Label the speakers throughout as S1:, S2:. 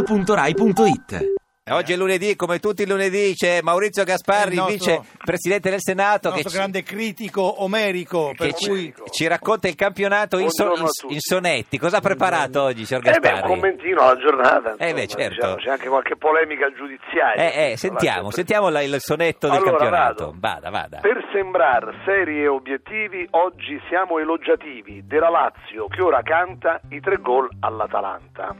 S1: radio2pod.rai.it
S2: E Eh, Oggi è lunedì, come tutti i lunedì, c'è Maurizio Gasparri,
S3: È il nostro-
S2: vice presidente del Senato, Certo che,
S3: nostro
S2: ci,
S3: grande critico omerico,
S2: che
S3: per
S2: ci-
S3: cui
S2: ci racconta il campionato in, so-
S4: Buongiorno a
S2: in-
S4: tutti.
S2: in sonetti. Cosa ha preparato oggi, signor
S4: Eh beh, un
S2: Gasparri?
S4: commentino alla giornata.
S2: Eh beh,
S4: insomma,
S2: certo.
S4: diciamo, c'è anche qualche polemica giudiziaria.
S2: Eh, eh,
S4: insomma,
S2: sentiamo,
S4: sempre.
S2: sentiamo la- il sonetto del
S4: Allora,
S2: campionato.
S4: vado.
S2: Vada, vada.
S4: Per sembrar seri e obiettivi, oggi siamo elogiativi della Lazio che ora canta i tre gol all'Atalanta.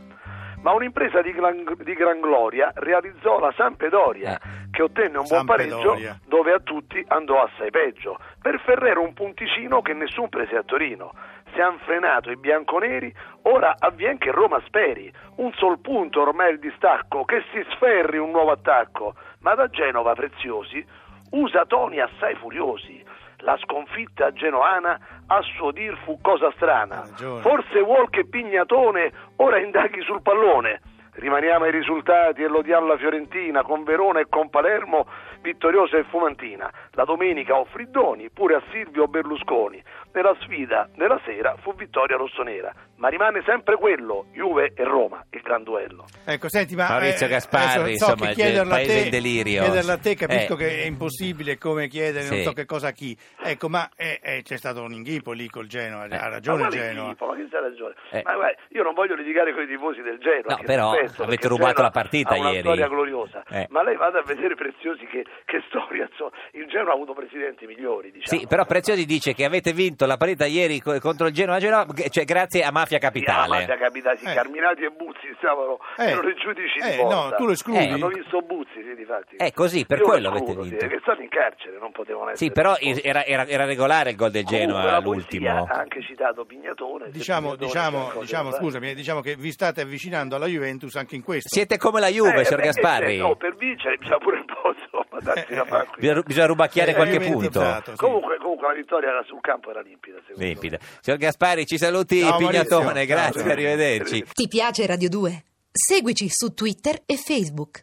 S4: Ma un'impresa di gran, di gran gloria realizzò la Sampedoria, che ottenne un buon pareggio
S3: Sampdoria.
S4: dove a tutti andò assai peggio. Per Ferrero un punticino che nessun prese a Torino. Se han frenato i bianconeri, ora avvien che Roma speri. Un sol punto ormai è il distacco, che si sferri un nuovo attacco. Ma da Genova, preziosi, usa toni assai furiosi. La sconfitta genoana a suo dir fu cosa strana.
S3: Ha ragione.
S4: Forse vuol che Pignatone ora indaghi sul pallone. Rimaniamo ai risultati e lodiamo la Fiorentina con Verona e con Palermo, vittoriosa e fumantina. La domenica o Friddoni, pure a Silvio Berlusconi. Nella sfida della sera fu vittoria rossonera, ma rimane sempre quello, Juve e Roma, il gran duello.
S3: ecco, senti, ma
S2: Maurizio
S3: eh,
S2: Gasparri,
S3: adesso so
S2: insomma,
S3: che
S2: il
S3: chiederlo
S2: paese
S3: a te,
S2: in delirio.
S3: chiederlo a te, capisco
S2: Eh.
S3: che è impossibile come chiedere
S2: Sì.
S3: non so che cosa a chi. Ecco, ma eh, eh, c'è stato un inghippo lì col Genoa, ha
S4: ma
S3: ragione
S4: guarda il
S3: Genoa.
S4: tifo, ma che c'ha ragione.
S2: Eh.
S4: Ma guarda, io non voglio litigare con i tifosi del Genoa.
S2: No,
S4: che
S2: però
S4: rispetto,
S2: avete
S4: perché il
S2: rubato
S4: Genoa
S2: la partita
S4: ha una
S2: ieri.
S4: storia gloriosa.
S2: Eh.
S4: Ma lei vada a vedere Preziosi che, che storia. insomma. Il Genoa ha avuto presidenti migliori, diciamo.
S2: Sì, però Preziosi dice che avete vinto la partita ieri co- contro il Genoa, Genoa, cioè grazie a Mafia Capitale.
S4: Mafia Capitale, sì,
S3: Eh.
S4: Carminati e Buzzi stavano,
S3: Eh.
S4: erano i giudici
S3: Eh,
S4: di volta.
S3: no, tu lo escludi.
S2: Eh.
S4: Hanno visto Buzzi, sì, di fatti.
S2: Eh, così, per
S4: Io lo
S2: quello avete
S4: escludo, sì,
S2: vinto.
S4: Che stanno in carcere, non potevano essere.
S2: Sì, però
S4: esposti.
S2: era, era- era regolare il gol del
S4: Comunque,
S2: Genoa
S4: la ah,
S2: l'ultimo.
S4: poesia Ha anche citato Pignatone. se
S3: Diciamo,
S4: Pignatone c'è
S3: diciamo,
S4: qualcosa
S3: diciamo,
S4: da fare.
S3: scusami, eh, diciamo che vi state avvicinando alla Juventus anche in questo.
S2: Siete come la Juve,
S4: Eh,
S2: signor
S4: beh,
S2: Gasparri.
S4: eh, no, per vincere bisogna pure un po' insomma, darsi da fare qui.
S2: Bisogna, bisogna rubacchiare
S3: Eh,
S2: qualche punto.
S3: dimenticato, sì.
S4: Comunque, comunque la vittoria era sul campo era limpida. secondo me.
S2: Limpida. Signor Gasparri, ci saluti
S3: Ciao,
S2: Pignatone,
S3: Maurizio.
S2: grazie,
S3: Ciao.
S2: arrivederci.
S5: Ti piace Radio 2? Seguici su Twitter e Facebook.